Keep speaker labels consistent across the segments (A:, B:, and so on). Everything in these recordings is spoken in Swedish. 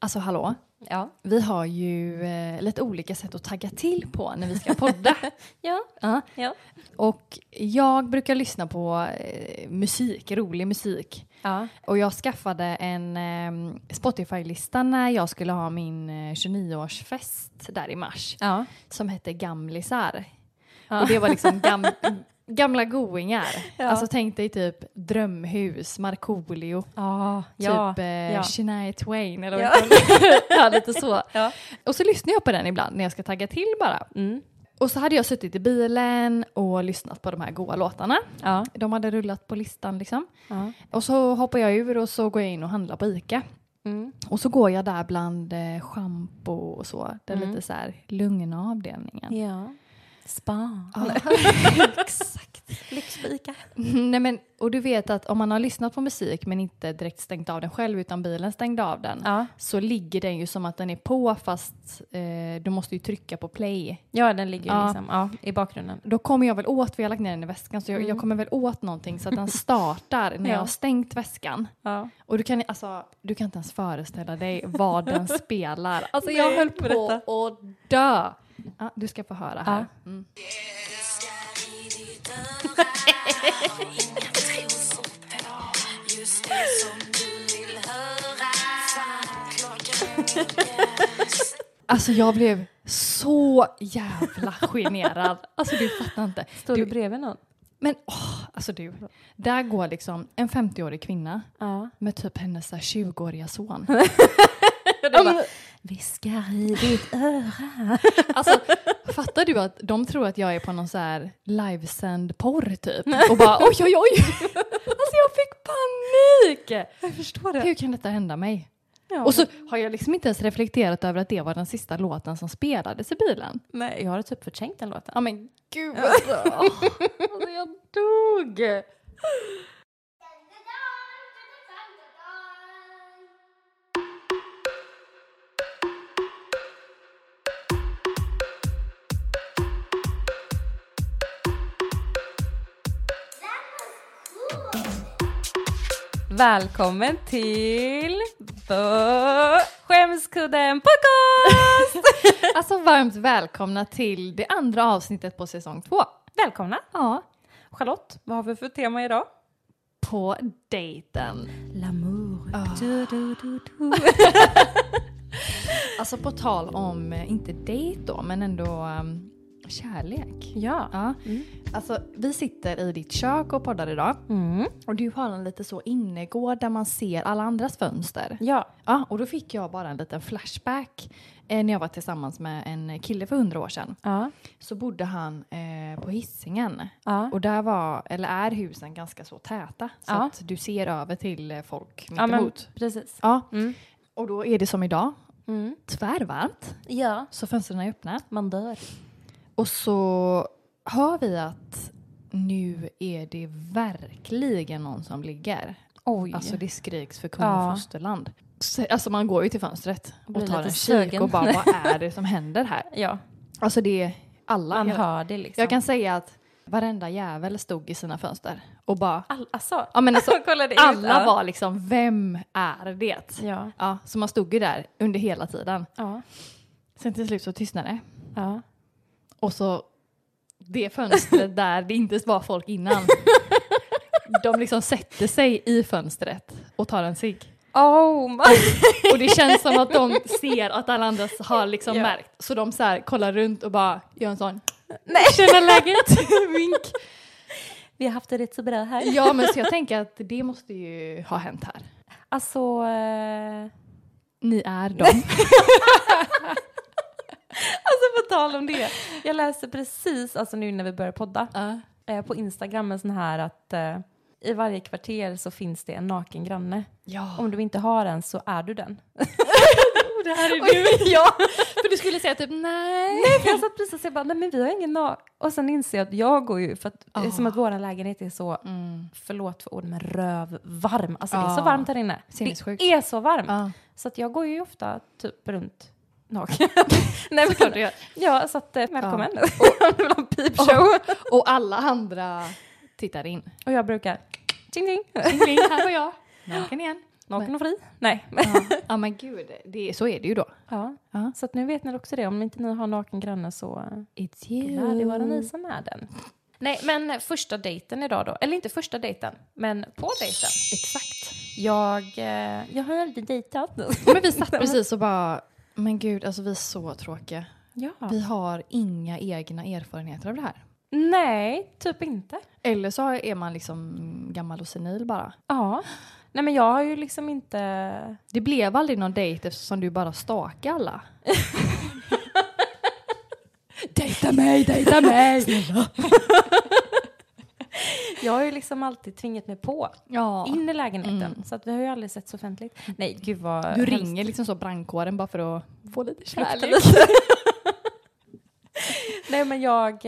A: Alltså hallå,
B: Ja.
A: vi har ju eh, lite olika sätt att tagga till på när vi ska podda.
B: Ja.
A: Ja.
B: Ja.
A: Och jag brukar lyssna på eh, musik, rolig musik.
B: ja.
A: Och jag skaffade en eh, Spotify-lista när jag skulle ha min eh, 29-årsfest där i mars.
B: ja.
A: Som hette Gamlisar.
B: ja.
A: Och det var liksom gam, gamla goingar.
B: Ja.
A: Alltså tänk dig typ Drömhus, Markoolio.
B: ja.
A: typ eh,
B: ja.
A: Shania Twain eller
B: Ja.
A: vad ja. ja, lite så.
B: Ja.
A: Och så lyssnar jag på den ibland när jag ska tagga till bara.
B: Mm.
A: Och så hade jag suttit i bilen och lyssnat på de här goa låtarna.
B: Ja.
A: De hade rullat på listan liksom.
B: Ja.
A: Och så hoppar jag ur och så går jag in och handlar på Ica.
B: Mm.
A: Och så går jag där bland eh, schampo och så. Den
B: Mm.
A: lite så här lugna avdelningen.
B: ja. Spa.
A: Ja.
B: Exakt. Lyxfika.
A: Nej, men, och du vet att om man har lyssnat på musik men inte direkt stängt av den själv utan bilen stängde av den.
B: Ja.
A: så ligger den ju som att den är på fast eh, du måste ju trycka på play.
B: ja, den ligger ju
A: Ja.
B: liksom ja, i bakgrunden.
A: Då kommer jag väl åt, för jag har lagt ner den i väskan, så jag,
B: Mm.
A: jag kommer väl åt någonting så att den startar när
B: Ja.
A: jag har stängt väskan.
B: Ja.
A: Och du kan, alltså, du kan inte ens föreställa dig vad den spelar. Alltså jag
B: Nej,
A: höll på att dö. Ja, du ska få höra här. Mm.
C: Just det som du vill höra. Samklockan
A: Alltså jag blev så jävla generad. Alltså du fattar inte.
B: Står du
A: Du-
B: bredvid någon?
A: Men åh, alltså du. Där går liksom en 50-årig kvinna
B: Ja.
A: med typ hennes så här 20-åriga son.
B: Du bara, viskar i ditt öra.
A: Alltså, fattar du att de tror att jag är på någon så här livesänd porr typ? Och bara oj oj oj! Alltså jag fick panik!
B: Jag förstår
A: Hur kan detta hända mig?
B: Ja.
A: Och så har jag liksom inte ens reflekterat över att det var den sista låten som spelades i bilen.
B: Nej, jag har typ förträngt den låten.
A: Ja men gud alltså! alltså jag dog!
B: Välkommen till Bö- Skämskudden Podcast!
A: Alltså varmt välkomna till det andra avsnittet på säsong två.
B: Välkomna!
A: Ja,
B: Charlotte, vad har vi för tema idag?
A: på dejten.
B: L'amour.
A: Ah.
B: Du, du, du, du.
A: Alltså på tal om, eh, inte dejt då, men ändå ehm, kärlek.
B: Ja.
A: Ja.
B: Mm.
A: Alltså, vi sitter i ditt kök och poddar idag
B: Mm.
A: och du har en lite så innergård där man ser alla andras fönster.
B: Ja.
A: Ja, och då fick jag bara en liten flashback eh, när jag var tillsammans med en kille för hundra år sedan.
B: Ja.
A: Så bodde han eh, på Hisingen
B: Ja.
A: och där var, eller är husen ganska så täta så
B: Ja.
A: att du ser över till eh, folk
B: ja men,
A: mittemot.
B: precis.
A: Ja,
B: Mm.
A: och då är det som idag,
B: Mm.
A: tvärvarmt,
B: Ja.
A: så fönstren är öppna.
B: Man dör.
A: Och så hör vi att nu är det verkligen någon som ligger.
B: Oj.
A: Alltså det skriks för kung och
B: Ja.
A: fosterland. Så- Alltså man går ju till fönstret
B: Blir
A: och tar
B: lite
A: en kik
B: sugen.
A: och bara vad är det som händer här?
B: ja.
A: Alltså det är alla.
B: Man
A: jag,
B: hör det liksom.
A: jag kan säga att varenda jävel stod i sina fönster och bara,
B: All, alltså.
A: ja men alltså
B: Kolla det ut,
A: alla
B: ja.
A: var liksom vem är det?
B: Ja.
A: Ja, så man stod ju där under hela tiden.
B: Ja.
A: Sen till slut så tystnade det.
B: Ja.
A: Och så det fönstret där det inte var folk innan. De liksom sätter sig i fönstret och tar en cigg.
B: Oh my.
A: Och det känns som att de ser att alla andra har liksom
B: Ja.
A: märkt. Så de så här kollar runt och bara gör en sån
B: Nej.
A: “tjena läget?” vink.
B: Vi har haft det rätt så bra här.
A: Ja men så jag tänker att det måste ju ha hänt här.
B: Alltså. Eh...
A: Ni är dem.
B: Alltså på tal om det. Jag läste precis, alltså nu när vi börjar podda,
A: Ja.
B: eh, på Instagram en sån här att eh, i varje kvarter så finns det en naken granne.
A: ja.
B: Om du inte har en så är du den.
A: Det här
B: Och jag- ja.
A: För du skulle säga typ nej.
B: Nej, för jag satt precis och jag bara, nej men vi har ingen naken. Och sen inser jag att jag går ju, för att,
A: Ah.
B: som att vår lägenhet är så,
A: Mm.
B: förlåt för ord, men rövvarm. Alltså det är så
A: Ah.
B: varmt här inne.
A: Sinnessjukt. Ah.
B: Det är så varmt.
A: Ja.
B: Så att jag går ju ofta typ runt naken. nej,
A: Såklart Ah.
B: men,
A: du gör.
B: ja, så att eh, välkommen. Om du vill ha en
A: Och-
B: peepshow.
A: Och alla andra tittar in.
B: Och jag brukar... Ting, ting.
A: Kling, kling, här var jag. Naken igen.
B: Naken och fri. Nej.
A: Ja. ja men gud, det, så är det ju då.
B: Ja.
A: Ja.
B: Så att nu vet ni också det. Om inte ni har naken granne så eh,
A: It's
B: det lär det vara ni som är den. Nej, men första dejten idag då. Eller inte första dejten, men på dejten.
A: Exakt.
B: Jag, eh, jag har aldrig dejtat.
A: Ja, Men vi satt precis och bara, men gud alltså vi är så tråkiga.
B: Ja.
A: Vi har inga egna erfarenheter av det här.
B: Nej, typ inte.
A: Eller så är man liksom gammal och senil bara.
B: Ja. Nej, men jag har ju liksom inte...
A: Det blev aldrig någon dejt eftersom du bara stakade alla. dejta mig, dejta mig!
B: Jag har ju liksom alltid tvingat mig på.
A: ja.
B: In i lägenheten.
A: Mm.
B: Så att vi har ju aldrig sett så offentligt. Nej, gud vad...
A: Du ringer liksom så brandkåren bara för att få lite
B: Lukta
A: kärlek.
B: lite. Nej men jag,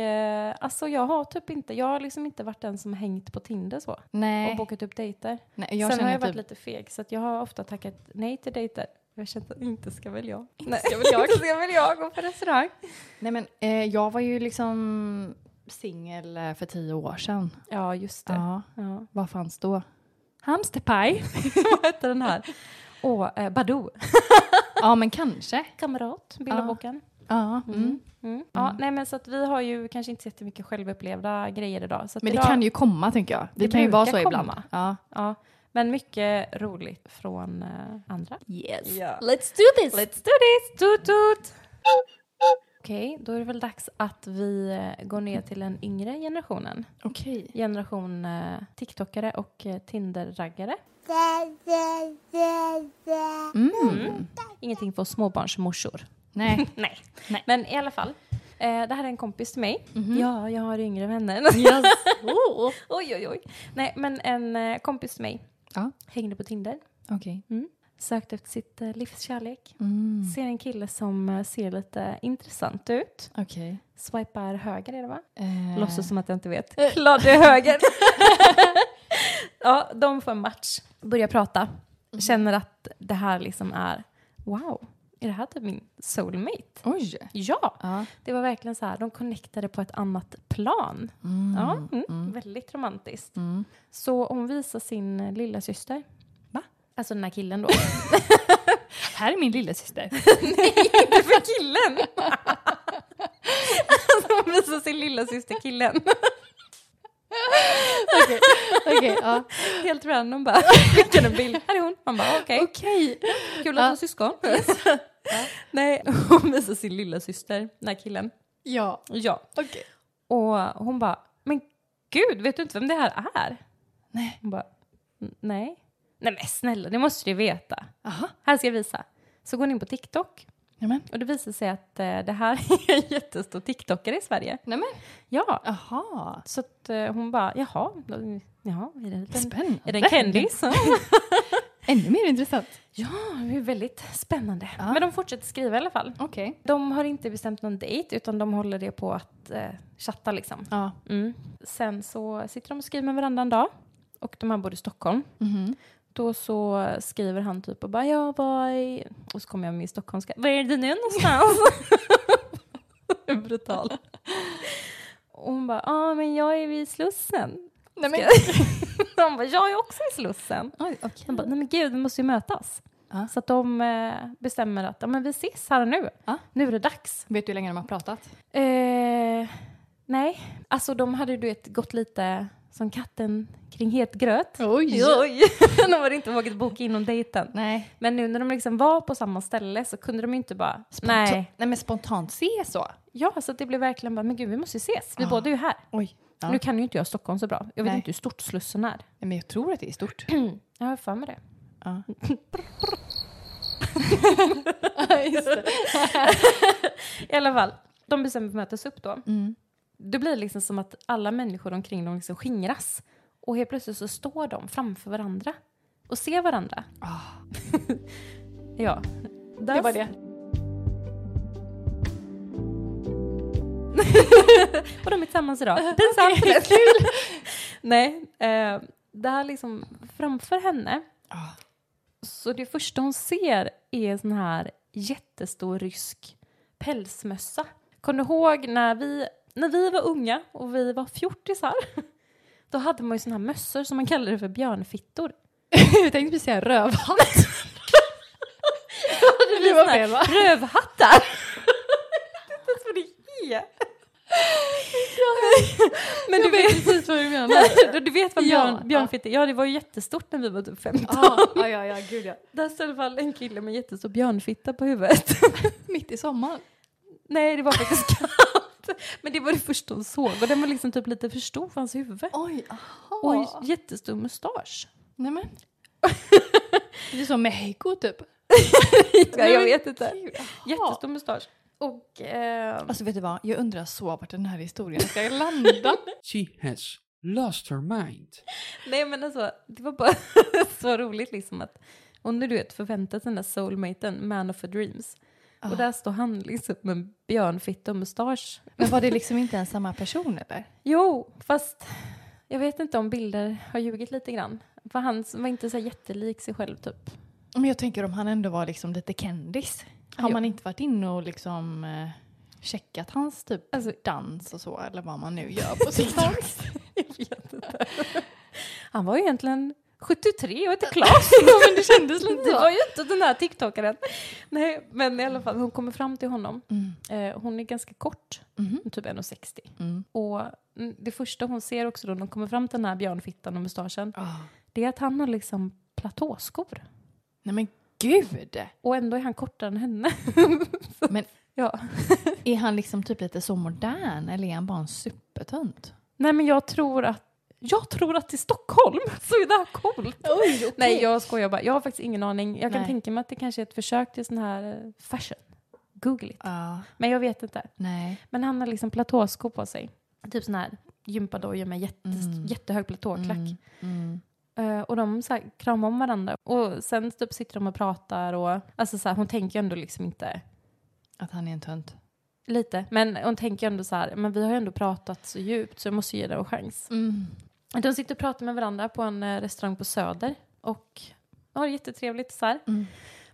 B: eh, alltså jag har typ inte, jag har liksom inte varit den som hängt på Tinder så. Och
A: Nej.
B: bokat upp dejter.
A: Nej jag
B: Sen har
A: känner
B: jag varit
A: typ,
B: lite feg så att jag har ofta tackat nej till dejter. Jag känner att inte ska väl jag.
A: inte ska väl jag.
B: inte ska väl jag gå på restaurang.
A: nej men eh, jag var ju liksom singel eh, för tio år sedan.
B: Ja just det.
A: Ja,
B: Ja.
A: vad fanns då? Hamsterpaj?
B: Vad hette den här? Och eh, Badoo.
A: ja men kanske.
B: Kamrat,
A: Ja.
B: bilderboken.
A: Ja. Mm.
B: Mm. Ja, nej men så att vi har ju kanske inte så jättemycket självupplevda grejer idag. Så att
A: Men det
B: idag,
A: kan ju komma tänker jag. Vi
B: Det
A: kan ju vara så
B: brukar
A: ibland.
B: komma.
A: Ja.
B: Ja, men mycket roligt från eh, andra.
A: Yes.
B: Ja.
A: Let's do this!
B: Let's do this! Toot toot! Okej, då är det väl dags att vi eh, går ner till den yngre generationen.
A: Okej.
B: Generation eh, TikTokare och eh, Tinder-raggare.
A: Mm.
B: Ingenting för småbarnsmorsor.
A: Nej.
B: Nej.
A: Nej. Mm.
B: Men i alla fall. Eh, det här är en kompis till mig. Ja, jag har yngre vänner.
A: Mhm. Yes. Oh.
B: oj, oj, oj. Nej, men en eh, kompis till mig
A: Ja,
B: hängde på Tinder.
A: okej.
B: Sökte efter sitt eh, livs kärlek.
A: Mm.
B: Ser en kille som eh, ser lite intressant ut.
A: Okej.
B: Swipar höger är det va?
A: Eh,
B: Låtsas som att jag inte vet. Klart det är höger. ja, de får en match. Börjar prata.
A: Mm.
B: Känner att det här liksom är, wow, är det här typ min soulmate?
A: Oj.
B: Ja,
A: Ja.
B: det var verkligen så här, de connectade på ett annat plan.
A: Mm.
B: Ja, mm, väldigt romantiskt.
A: Mm.
B: Så hon visar sin eh, lilla syster.
A: Va?
B: Alltså den här killen då.
A: Här är min lillasyster.
B: Inte för killen! alltså hon visar sin lilla syster killen.
A: Okej, okej, ja.
B: Helt random bara skickade en bild. Här är hon. Man bara okej,
A: Okej.
B: kul
A: Ja.
B: att ha syskon. Nej, hon visar sin lilla syster, den här killen.
A: Ja,
B: Ja.
A: okej.
B: Och hon bara, men gud, vet du inte vem det här är?
A: Nej.
B: Hon bara, "N- nej. Nej men snälla, det måste du ju veta.
A: Aha.
B: Här ska jag visa. Så går hon in på TikTok
A: Nämen.
B: och det visar sig att eh, det här är en jättestor TikTokare i Sverige.
A: Nämen.
B: Ja,
A: Jaha.
B: så att eh, hon bara, jaha, då- jaha, är det en liten...
A: Spännande.
B: Är det en kändis?
A: Ännu mer intressant.
B: Ja, det är väldigt spännande.
A: Ja.
B: Men de fortsätter skriva i alla fall.
A: Okej.
B: De har inte bestämt någon dejt utan de håller det på att eh, chatta liksom.
A: Ja.
B: Sen så sitter de och skriver med varandra en dag och de här bor i Stockholm.
A: Mhm.
B: Då så skriver han typ och bara ja, var är... Och så kommer jag med stockholmska. Var är du nu någonstans? Brutal. Och hon bara, ja ah, men jag är vid Slussen.
A: Nej men.
B: men- De bara, jag är också vid Slussen.
A: Oj, okej.
B: De bara, nej men gud, vi måste ju mötas.
A: Ja.
B: Så att de eh, bestämmer att ja, men vi ses här och nu.
A: Ja.
B: Nu är det dags.
A: Vet du hur länge de har pratat?
B: Eh, nej, alltså de hade ju du vet, gått lite som katten kring het gröt.
A: Oj.
B: Oj. de hade inte vågat boka in om dejten.
A: Nej.
B: Men nu när de liksom var på samma ställe så kunde de ju inte bara... Nej.
A: Nej men spontant se så.
B: Ja, så att det blev verkligen bara, men gud vi måste ju ses. Vi
A: Ja.
B: båda är ju här.
A: Oj. Ah. Ja.
B: Nu kan ju inte jag Stockholm så bra. Jag vet
A: Nej.
B: inte hur stort Slussen är.
A: Nej, men jag tror att det är stort.
B: Jag har för mig det.
A: Ja.
B: I alla fall, de bestämmer för att mötas upp då.
A: Mm.
B: Det blir liksom som att alla människor omkring dem liksom skingras. Och helt plötsligt så står de framför varandra och ser varandra. Ja.
A: Ah. Det var det.
B: Och de är tillsammans idag. Pinsamt!
A: Kul!
B: Nej, eh, det här liksom framför henne. Så det första hon ser är en sån här jättestor rysk pälsmössa. Kommer du ihåg när vi, när vi var unga och vi var fjortisar? Då hade man ju såna här mössor som man kallade för björnfittor.
A: jag tänkte precis säga rövhatt. det var fel va?
B: Rövhattar! Jag vet inte ens vad det är. Men du
A: Jag vet
B: vet,
A: precis vad du menar.
B: du vet vad
A: Ja,
B: björn,
A: ja.
B: björnfitta ja. det var ju jättestort när vi var typ 15.
A: Ja, ja, ja, ja, gud ja.
B: Där stod i alla fall en kille med jättestor björnfitta på huvudet.
A: Mitt i sommaren.
B: Nej, det var faktiskt kallt. Men det var det första hon såg och den var liksom typ lite för stor för hans huvud.
A: Oj, aha.
B: Och en jättestor mustasch.
A: Nej men. Det är som Mexiko typ.
B: Ja, jag vet inte.
A: Gud, aha.
B: Jättestor mustasch. Och... ehm,
A: Alltså vet du vad, jag undrar så vart den här historien ska landa.
D: She has lost her mind.
B: Nej men alltså, det var bara så roligt liksom att hon du vet förväntat den där soulmaten, man of her dreams. Och där står han liksom med en björnfitta och mustasch.
A: Men var det liksom inte ens samma person eller?
B: Jo, fast jag vet inte om bilder har ljugit lite grann. För han var inte så jättelik sig själv typ.
A: Men jag tänker om han ändå var liksom lite kändis. Har
B: Jo.
A: man inte varit inne och liksom eh, checkat hans typ
B: Alltså-
A: dans och så eller vad man nu gör på TikTok?
B: Jag vet inte. Han var ju egentligen 73 och hette Claes.
A: ja men det kändes lite
B: Det
A: så.
B: var ju inte den här tiktokaren. Nej, men i alla fall hon kommer fram till honom.
A: Mm.
B: Eh, hon är ganska kort,
A: Mhm.
B: typ 1,60.
A: Mm.
B: Och mm, det första hon ser också då när hon kommer fram till den här björnfittan och mustaschen,
A: Ah.
B: det är att han har liksom platåskor.
A: Nej men gud!
B: Och ändå är han kortare än henne.
A: Men
B: Ja.
A: är han liksom typ lite så modern eller är han bara en supertönt?
B: Nej men jag tror att, jag tror att i Stockholm så är det här coolt. Nej jag skojar bara, jag har faktiskt ingen aning. Jag kan
A: Nej.
B: tänka mig att det kanske är ett försök till sån här eh, fashion. Google it.
A: Ja,
B: Men jag vet inte.
A: nej.
B: Men han har liksom platåskor på sig. Typ sån här gympadojor med jätte,
A: Mm.
B: jättehög platåklack.
A: Mm, mm.
B: Eh, och de så här, kramar om varandra. Och sen typ sitter de och pratar och alltså så här, hon tänker ju ändå liksom inte
A: Att han är en tönt.
B: lite, men hon tänker ju ändå så här, men vi har ju ändå pratat så djupt så jag måste ge det en chans.
A: Mm.
B: De sitter och pratar med varandra på en eh, restaurang på Söder och har det jättetrevligt så här.
A: Mm.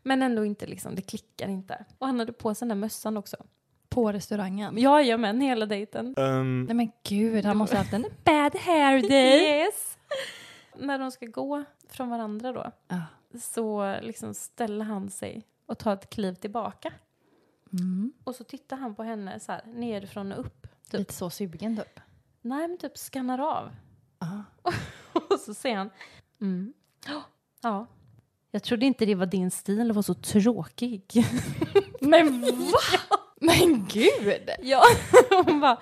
B: Men ändå inte liksom, det klickar inte. Och han hade på sig den där mössan också.
A: På restaurangen?
B: Jajamän, hela dejten.
E: Ehm,
A: Nej men gud, han måste ha haft en...
B: Bad hair day! yes! När de ska gå från varandra då
A: Ja.
B: så liksom ställer han sig och tar ett kliv tillbaka.
A: Mm.
B: Och så tittar han på henne så här nerifrån och upp. Typ.
A: Lite så sugen typ.
B: Nej men typ skannar av.
A: Ja.
B: Och så säger han. Mm. "Ja, Ja. Jag trodde inte det var din stil, det var så tråkig.
A: Men va? Men gud!
B: Ja, hon bara.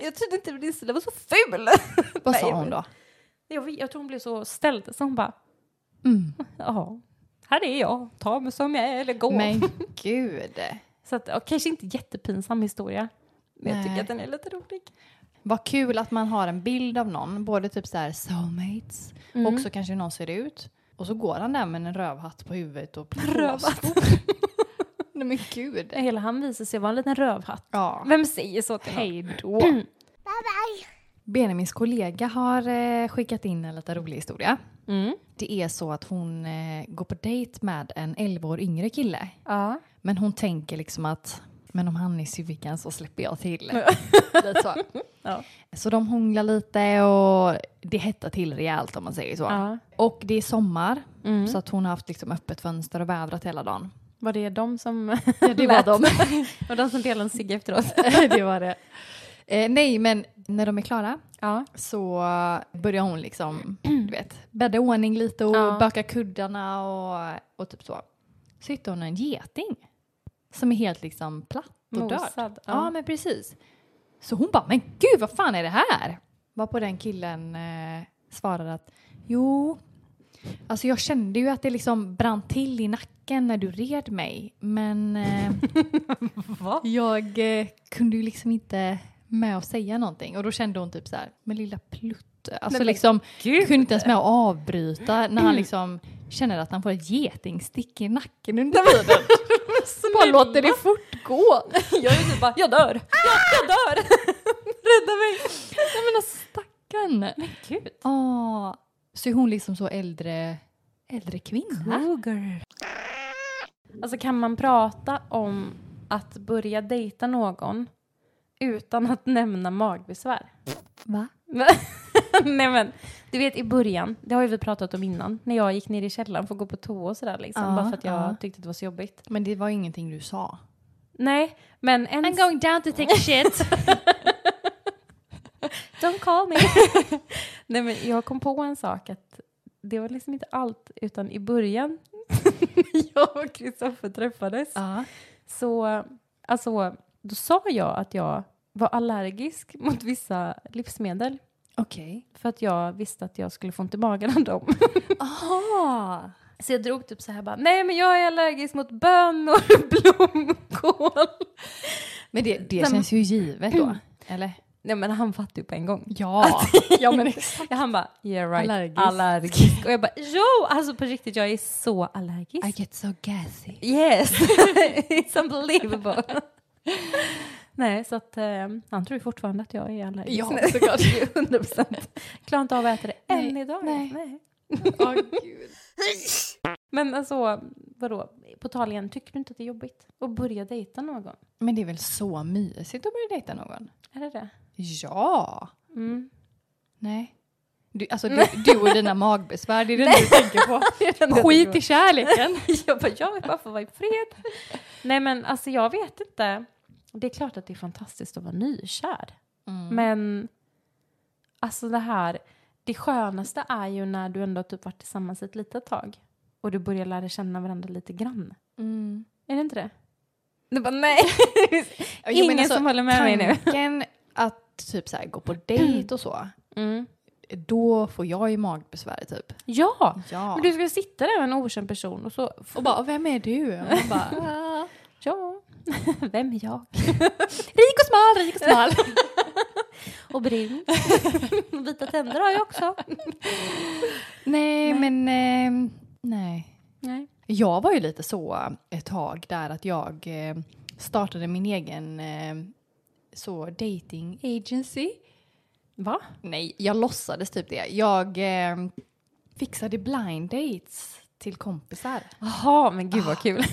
B: Jag trodde inte det var din stil, det var så ful.
A: Vad
B: Nej,
A: sa hon
B: men-
A: då?
B: Jag, vet- jag tror hon blev så ställd så hon bara.
A: Mm.
B: Ja, här är jag. Ta mig som jag är eller gå.
A: Men gud.
B: Så att, ja, kanske inte jättepinsam historia. Men jag tycker
A: Nej.
B: att den är lite rolig.
A: Vad kul att man har en bild av någon, både typ så här soulmates och också kanske hur någon ser ut. Och så går han där med en rövhatt på huvudet och platåskor. Nej men gud.
B: Hela han visar sig vara en liten rövhatt.
A: Ja.
B: Vem säger så till någon?
A: Hej då. Benjamins kollega har eh, skickat in en lite rolig historia.
B: Mm.
A: Det är så att hon eh, går på dejt med en 11 år yngre kille.
B: Ja.
A: Men hon tänker liksom att men om han är civickan så släpper jag till. lite så.
B: Ja.
A: så de hånglar lite och det hettar till rejält om man säger så.
B: Ja.
A: Och det är sommar
B: Mm.
A: så att hon har haft liksom öppet fönster och vädrat hela dagen.
B: Var det de som...
A: Ja, det var
B: Lät.
A: de.
B: var de som delade en cigg efter oss?
A: det var det. Eh, nej, men när de är klara
B: Ja.
A: så börjar hon liksom, du vet, bädda i ordning lite och
B: Ja.
A: böka kuddarna och, och typ så. Så hittar hon en geting som är helt liksom platt och död. Ja.
B: Mosad. Ja.
A: men precis. Så hon bara, men gud vad fan är det här? Var på den killen eh, svarade att, jo, alltså jag kände ju att det liksom brann till i nacken när du red mig, men eh,
B: Va?
A: jag eh, kunde ju liksom inte med att säga någonting och då kände hon typ så här, men lilla plutt. Alltså
B: men
A: liksom,
B: gud.
A: kunde inte ens med att avbryta när han liksom känner att han får ett getingstick i nacken under tiden. Bara låter det fortgå.
B: Jag är typ bara, jag dör! Jag, jag dör! Rädda mig!
A: Jag menar alltså, stackarn.
B: Men gud.
A: Åh. Ah, Så är hon liksom så äldre, äldre kvinna?
B: Cougar. Alltså kan man prata om att börja dejta någon utan att nämna magbesvär?
A: Va?
B: Nej men, du vet i början, det har ju vi pratat om innan, när jag gick ner i källaren för att gå på toa och sådär liksom,
A: Ja,
B: bara för att jag
A: ja.
B: tyckte det var så jobbigt.
A: Men det var ingenting du sa.
B: Nej, men en...
A: I'm going down to take shit.
B: Don't call me. Nej men jag kom på en sak att det var liksom inte allt, utan i början när jag och Kristoffer träffades
A: ja.
B: så, alltså, då sa jag att jag var allergisk mot vissa livsmedel
A: Okej.
B: för att jag visste att jag skulle få ont i magen av dem.
A: Aha.
B: Så jag drog typ så här bara, nej men jag är allergisk mot bönor, blomkål.
A: Men det, det
B: Sen-
A: känns ju givet då. Eller?
B: Nej men han fattade ju på en gång.
A: Ja. ja men exakt.
B: Ja, han bara, yeah right,
A: Allergisk.
B: allergisk. Och jag bara, jo, alltså på riktigt jag är så allergisk.
A: I get so gassy.
B: Yes, it's unbelievable. Nej, så att eh, han tror ju fortfarande att jag är allergisk.
A: Ja,
B: Nej, såklart. 100 procent. Klarar inte av att äta det än
A: Nej,
B: idag.
A: nej. Åh gud.
B: Men alltså, vadå, på tal igen, tycker du inte att det är jobbigt att börja dejta någon?
A: Men det är väl så mysigt att börja dejta någon?
B: Är det det?
A: Ja.
B: Mm.
A: Nej. Du, alltså du, du och dina magbesvär, det är det du tänker på. Skit i kärleken.
B: jag bara, jag vill bara få vara i fred. Nej men alltså jag vet inte. Det är klart att det är fantastiskt att vara nykär. Mm.
A: Mm.
B: Men alltså det här, det skönaste är ju när du ändå typ varit tillsammans ett litet tag och du börjar lära känna varandra lite grann.
A: Mm.
B: Är det inte det? Du bara nej. Alltså,
A: Jag
B: Ingen
A: menar så,
B: som håller med mig nu.
A: Tanken att typ så här, gå på dejt och så,
B: Mm.
A: då får jag ju magbesvär typ.
B: Ja.
A: Ja.
B: Men du ska sitta där med en okänd person och så,
A: och bara, vem är du? Och man bara,
B: ja, vem är jag?
A: rik och smal, rik och smal.
B: Och brun. Vita tänder har jag också.
A: nej, men ehm, nej.
B: Nej.
A: Jag var ju lite så ett tag där att jag eh, startade min egen eh, så dating agency.
B: Va?
A: Nej, jag låtsades typ det. Jag eh, fixade blind dates till kompisar
B: Jaha, men gud vad kul.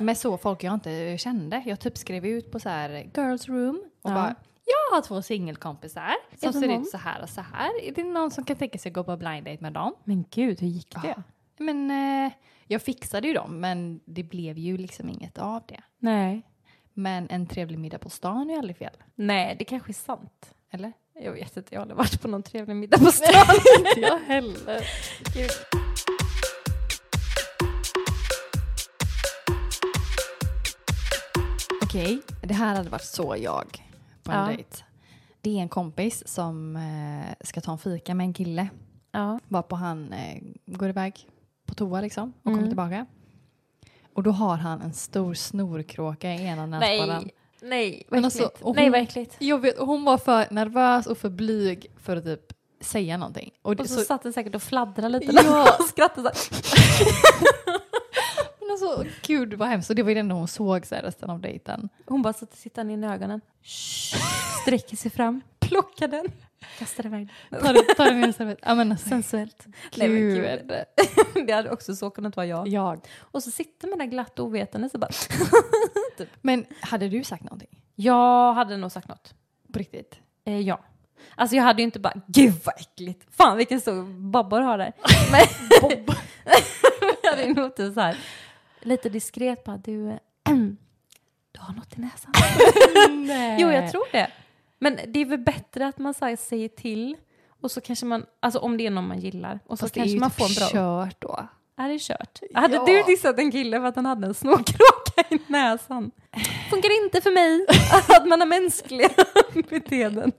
A: med så folk jag inte kände. Jag typ skrev ut på så här girls room och
B: Ja.
A: bara jag har två singelkompisar som
B: det
A: ser
B: någon?
A: ut så här och så här. Är det någon som kan tänka sig att gå på blind date med dem?
B: Men gud, hur gick det?
A: Ja. Men eh, jag fixade ju dem men det blev ju liksom inget av det.
B: Nej.
A: Men en trevlig middag på stan är ju aldrig fel.
B: Nej, det kanske är sant.
A: Eller?
B: Jag vet inte, jag har aldrig varit på någon trevlig middag på stan.
A: Inte jag heller. Okej, det här hade varit så jag på en
B: Ja.
A: dejt. Det är en kompis som eh, ska ta en fika med en kille.
B: ja.
A: Varpå han eh, går iväg på toa liksom och kommer
B: Mm.
A: tillbaka. Och då har han en stor snorkråka i ena näsborren.
B: nej,
A: Men alltså,
B: äckligt.
A: och
B: Nej,
A: hon-
B: vad äckligt.
A: Jag vet, och hon var för nervös och för blyg för att typ säga någonting. Och det,
B: Och så,
A: så,
B: satt den säkert och fladdrade lite
A: Ja.
B: och skrattade så här.
A: men alltså, gud vad hemskt. Och det var ju det enda hon såg så här, resten av dejten.
B: Hon bara satt och tittade in i ögonen, sträcker sig fram, plockar den, kastar iväg den.
A: Ta det, ta det med en servett. Ja men alltså,
B: Sensuellt. Nej, men
A: gud.
B: gud. Det hade också så kunnat vara jag.
A: Jag.
B: Och så sitter man där glatt och ovetande så bara...
A: Men hade du sagt någonting?
B: Jag hade nog sagt något.
A: På riktigt?
B: Eh, ja. Alltså jag hade ju inte bara, gud vad äckligt, fan vilken stor babba du har där. Men jag hade ju nog typ så här, lite diskret bara, du, eh, du har något i näsan. Eh.
A: Nej.
B: Jo, jag tror det. Men det är väl bättre att man så här, säger till och så kanske man, alltså om det är någon man gillar och så
A: Fast det är
B: kanske
A: ju
B: man
A: typ
B: får en bra...
A: kört då.
B: Är det kört? Hade
A: Ja.
B: du dissat en kille för att han hade en snorkråka i näsan? Funkar inte för mig att man har mänskliga beteenden.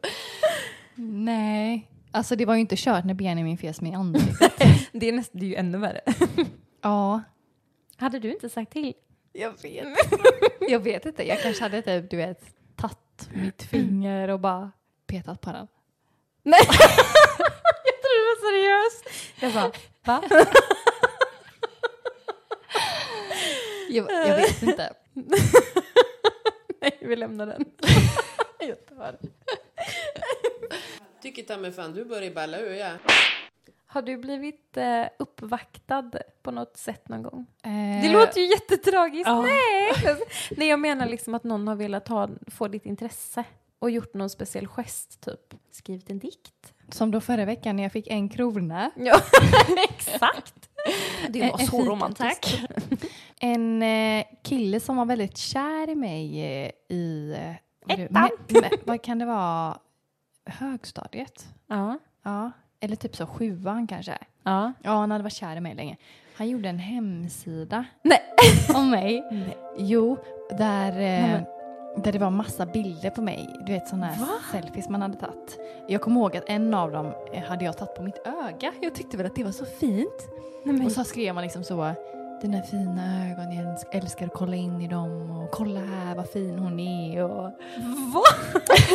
A: Nej. Alltså det var ju inte kört när Benjamin fes mig i ansiktet.
B: Det är, nästan, det är ju ännu värre.
A: ja.
B: Hade du inte sagt till?
A: Jag vet. jag vet inte. Jag kanske hade typ, du vet, tagit mitt finger och bara petat på den.
B: Nej! jag trodde du var seriös. Jag bara, va?
A: Jag, jag vet inte.
B: Nej, vi lämnar den. jag tar.
E: Tycker ta mig fan du börjar balla ur ja.
B: Har du blivit eh, uppvaktad på något sätt någon gång?
A: Eh,
B: Det låter ju jättetragiskt.
A: ja.
B: Nej! Nej, jag menar liksom att någon har velat ha, få ditt intresse och gjort någon speciell gest, typ skrivit en dikt.
A: Som då förra veckan när jag fick en krona. Eh,
B: Ja, exakt. Eh, Det var
A: En- en
B: så
A: fika,
B: romantiskt.
A: tack. En eh, kille som var väldigt kär i mig eh, i... eh, vad är det-
B: Ettan.
A: med- med- Vad kan det vara? Högstadiet?
B: Ja.
A: Ja. Eller typ så sjuan kanske.
B: ja.
A: Ja, han hade varit kär i mig länge. Han gjorde en hemsida
B: Nej.
A: om mig. Jo, där, eh,
B: men-
A: där det var massa bilder på mig. Du vet sådana här selfies man hade tagit. Jag kommer ihåg att en av dem eh, hade jag tagit på mitt öga. Jag tyckte väl att det var så fint.
B: Nej, men,
A: Och så skrev man liksom så. Dina fina ögon, jag älsk- älskar att kolla in i dem och kolla här vad fin hon är. Och...
B: va?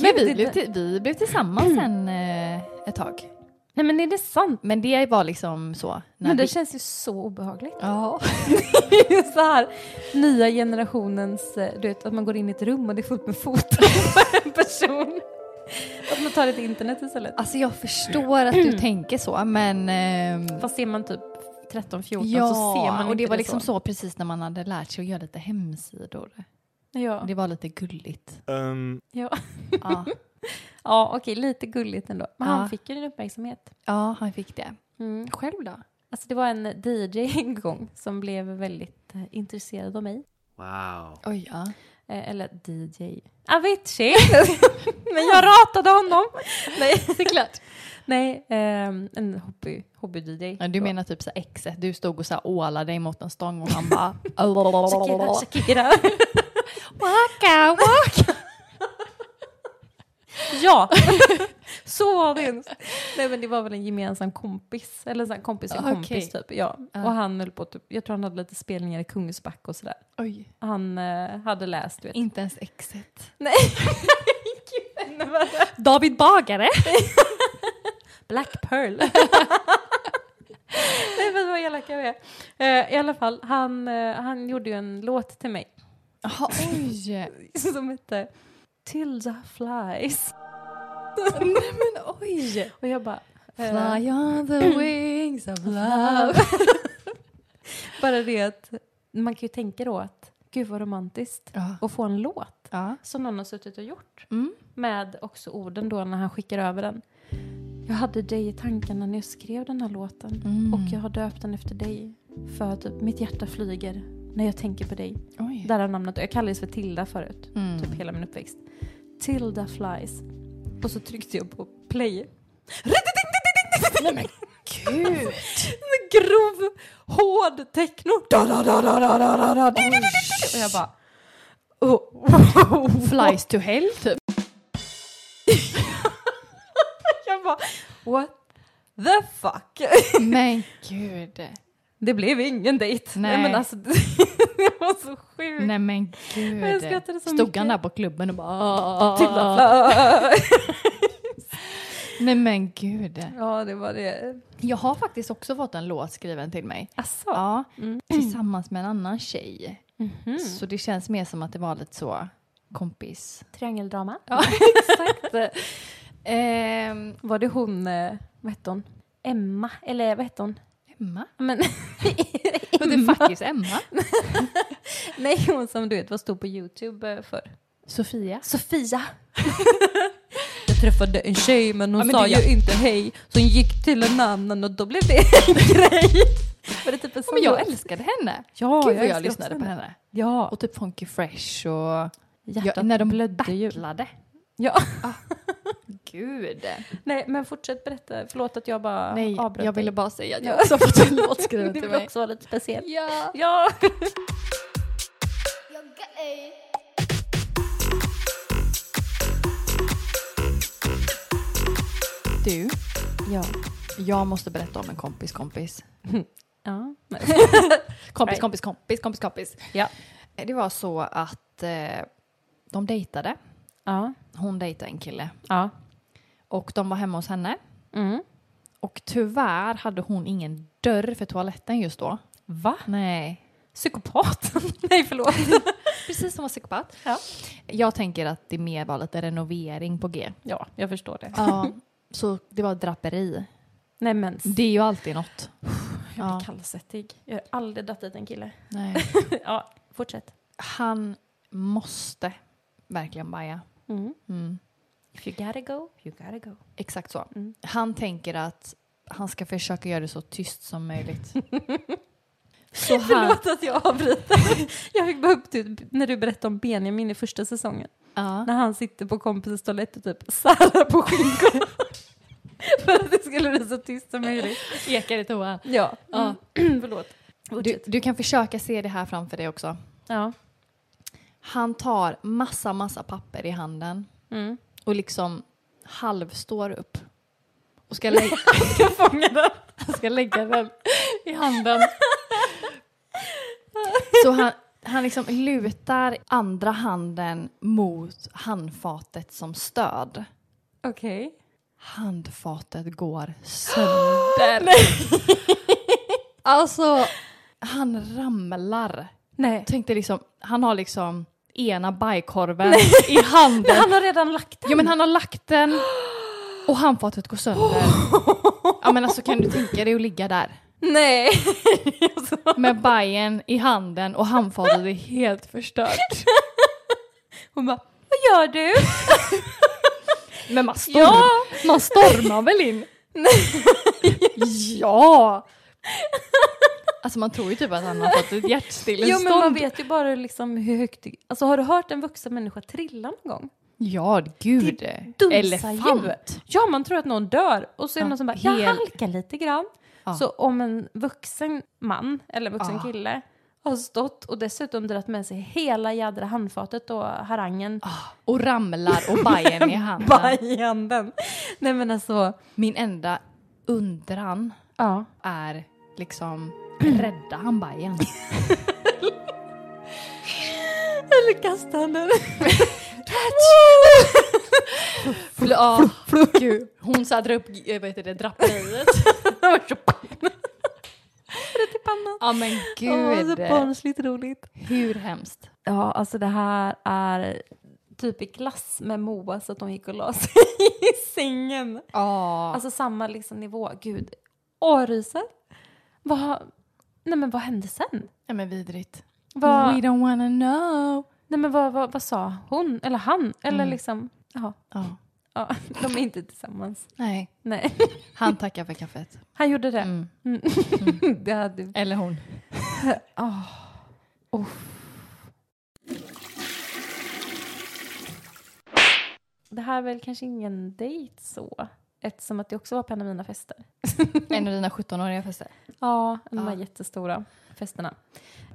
A: Men
B: det
A: vi
B: där-
A: blev, till, vi blev tillsammans sen eh, ett tag.
B: Nej men är det sant?
A: Men det var liksom så. när
B: Men det
A: vi-
B: känns ju så obehagligt.
A: Ja.
B: Det är ju så här nya generationens, eh, du vet att man går in i ett rum och det är fullt med foton på en person. Att man tar ett internet istället.
A: Alltså jag förstår att du tänker så men... ehm,
B: Mm. Fast ser man typ 13-14
A: ja,
B: så alltså, ser man
A: och
B: inte
A: det var liksom
B: så.
A: så. precis när man hade lärt sig att göra lite hemsidor.
B: Ja,
A: Det var lite gulligt.
F: Ehm,
B: ja.
A: ja.
B: ja okej lite gulligt ändå. Men
A: Ja.
B: han fick ju en uppmärksamhet.
A: ja, han fick det.
B: Mm.
A: Själv då?
B: Alltså det var en DJ en gång som blev väldigt eh, intresserad av mig.
E: Wow.
A: Oj, ja.
B: Eh, eller DJ. Avicii! Men jag ratade honom. Nej, såklart. Nej, ehm, en hobby, hobby-DJ.
A: Ja, Du menar typ så här exet, du stod och så här ålade dig mot en stång och han bara...
B: Shakira, Shakira.
A: Waka, waka.
B: ja, så var det ens. Nej men det var väl en gemensam kompis, eller en sån här kompis och
A: Okej.
B: kompis typ. Ja. Och han höll på typ, jag tror han hade lite spelningar i Kungsbacka och sådär.
A: Oj,
B: Han eh, hade läst, du vet.
A: inte ens exet.
B: Nej, gud, ännu värre.
A: David Bagare?
B: Black Pearl. Nej men vad elaka vi är. Eh, I alla fall, han, eh, han gjorde ju en låt till mig
A: Jaha, oj.
B: som hette Tilda Flies.
A: Nej men oj.
B: Och jag bara... eh,
A: Fly on the wings of love.
B: Bara det att man kan ju tänka då att gud vad romantiskt
A: Ja.
B: att få en låt
A: ja.
B: som någon har suttit och gjort.
A: Mm.
B: Med också orden då när han skickar över den. Jag hade dig i tankarna när jag skrev den här låten
A: Mm.
B: och jag har döpt den efter dig. För att typ, mitt hjärta flyger när jag tänker på dig.
A: mm. Oj.
B: Där har namnet, jag kallades för Tilda förut,
A: Mm.
B: typ hela min uppväxt. Tilda Flies. Och så tryckte jag på play. Nej men
A: Gud.
B: en grov, hård techno. Da, da, da, da, da, da, da, da. Och jag bara... Oh.
A: Flies to hell typ.
B: Jag bara... What the fuck?
A: Men gud.
B: Det blev ingen dejt.
A: Nej.
B: men alltså, det var så sjukt.
A: Nej men gud.
B: Jag skrattade så
A: Stod
B: mycket.
A: han där på klubben och bara... "Ah."
B: Typ bara-
A: Nej men gud.
B: Ja, det var det.
A: Jag har faktiskt också fått en låt skriven till mig.
B: Asså?
A: Ja, Mm.
B: Mm.
A: tillsammans med en annan tjej.
B: Mhm.
A: Så det känns mer som att det var lite så kompis.
B: Triangeldrama.
A: Ja, exakt. Ehm,
B: Var det hon, eh, vad hette hon? Emma, eller vad hette hon?
A: Emma?
B: Men,
A: Och det är faktiskt Emma.
B: nej, hon som du vet var stor på Youtube eh, förr.
A: Sofia.
B: Sofia. jag träffade en tjej men hon
A: Ja, men
B: sa
A: det är
B: ju inte hej. Så hon gick till en annan och då blev det en grej. Var det typ en sån
A: Men jag
B: låt?
A: älskade henne.
B: Ja,
A: Gud vad
B: älskar
A: jag lyssnade
B: också
A: på henne.
B: Ja,
A: Och typ Funky Fresh och...
B: hjärtat
A: Ja, när de
B: blödde ju.
A: battlade.
B: Ja.
A: Ah. Gud.
B: Nej, men fortsätt berätta. Förlåt att jag bara
A: Nej,
B: avbröt
A: jag ville
B: dig.
A: bara säga att jag
B: Ja.
A: också har fått en låt skriven
B: Det
A: till
B: var
A: mig.
B: också lite speciellt.
A: Ja.
B: Ja.
A: Du,
B: Ja.
A: jag måste berätta om en kompis kompis.
B: Ja.
A: Kompis
B: Right.
A: kompis kompis kompis kompis. Eh,
B: Ja.
A: Det var så att eh, de dejtade.
B: Ja.
A: Hon dejtade en kille
B: Ja.
A: och de var hemma hos henne.
B: Mm.
A: Och tyvärr hade hon ingen dörr för toaletten just då.
B: Va?
A: Nej.
B: Psykopat? Nej, förlåt.
A: Precis som var psykopat.
B: Ja.
A: Jag tänker att det mer var lite renovering på G.
B: Ja, jag förstår det.
A: Ja, så det var draperi.
B: Nej, men
A: Det är ju alltid något.
B: Jag blir
A: Ja.
B: kallsvettig. Jag har aldrig dratt dit en kille.
A: Nej.
B: ja, fortsätt.
A: Han måste verkligen baja. Mm.
B: If you gotta go, you gotta go.
A: Exakt så.
B: Mm.
A: Han tänker att han ska försöka göra det så tyst som möjligt. så han,
B: Förlåt att jag avbryter. Jag fick bara upp till när du berättade om Benjamin i första säsongen.
A: ja,
B: När han sitter på kompisens toalett och typ särar på skinkorna. För att det skulle bli så tyst som möjligt.
A: ekar i toan.
B: Ja. Mm.
A: Ja.
B: Förlåt.
A: Du, du kan försöka se det här framför dig också.
B: Ja.
A: Han tar massa, massa papper i handen
B: Mm.
A: och liksom halvstår upp. Och ska, lä-
B: Jag fångar den.
A: ska lägga den i handen. Så han, han liksom lutar andra handen mot handfatet som stöd.
B: Okej.
A: Handfatet går sönder. Alltså, han ramlar.
B: Nej.
A: Tänkte liksom, han har liksom ena bajkorven i handen.
B: Han har redan lagt den.
A: Jo men han har lagt den och handfatet går sönder. Ja men alltså kan du tänka dig att ligga där
B: Nej. Alltså,
A: med bajen i handen och handfatet är helt förstört.
B: Hon bara, vad gör du?
A: Men man, storm,
B: Ja.
A: man stormar väl in? Ja! Alltså man tror ju typ att han har fått ett
B: Jo
A: hjärtstillestånd.
B: men man vet ju bara liksom hur högt det... Alltså har du hört en vuxen människa trilla någon gång?
A: Ja, gud.
B: dunsar ju.
A: Elefant.
B: Ja, man tror att någon dör och så är det
A: Ja,
B: någon som bara,
A: hel-
B: jag halkar lite grann.
A: Ja.
B: Så om en vuxen man eller vuxen
A: Ja.
B: kille har stått och dessutom dragit med sig hela jädra handfatet och harangen
A: Och ramlar och bajen i
B: bara
A: handen.
B: i handen. Nej men alltså,
A: Min enda undran
B: ja.
A: är liksom,
B: Mm.
A: rädda han bajen?
B: Eller kasta handen.
A: Fl- ja, gud. Hon så här drar upp eh, vad heter det, draperiet.
B: Rätt i pannan.
A: Ja men
B: Åh, så
A: gud.
B: barnsligt roligt.
A: Hur hemskt.
B: Ja, alltså det här är typ i klass med Moa så att de gick och la sig i sängen.
A: Ja.
B: Alltså samma liksom nivå. Gud, åh ryser. Vad, nej men vad hände sen?
A: ja men vidrigt.
B: Vad,
A: We don't wanna know.
B: nej men vad, vad, vad sa hon eller han? Eller
A: Mm.
B: liksom, ja,
A: Ja.
B: ja, de är inte tillsammans.
A: Nej.
B: Nej,
A: Han tackar för kaffet.
B: han gjorde det.
A: Mm.
B: Mm. det hade,
A: Eller hon.
B: oh. Oh. Det här är väl kanske ingen dejt så, eftersom att det också var på en av mina fester.
A: En av dina 17-åriga fester.
B: Ja, de här
A: Ja.
B: jättestora festerna.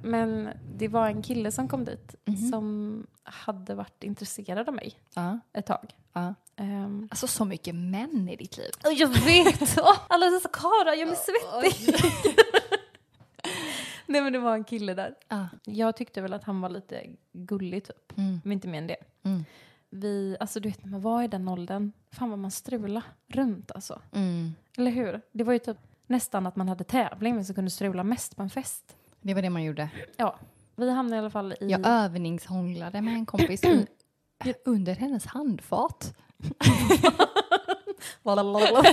B: Men det var en kille som kom dit
A: Mhm.
B: som hade varit intresserad av mig
A: Ja.
B: ett tag.
A: ja.
B: Ehm,
A: Alltså så mycket män i ditt liv.
B: och jag vet! Åh, alla dessa karlar gör mig svettig. Nej men det var en kille där.
A: Ja.
B: Jag tyckte väl att han var lite gullig typ,
A: Mm.
B: men inte mer än det.
A: Mm.
B: Vi, alltså du vet när man var i den åldern, fan vad man strula runt alltså.
A: Mm.
B: Eller hur? Det var ju typ nästan att man hade tävling vem som kunde strula mest på en fest.
A: Det var det man gjorde.
B: Ja, vi hamnade i alla fall i...
A: Jag övningshånglade med en kompis un- under hennes handfat.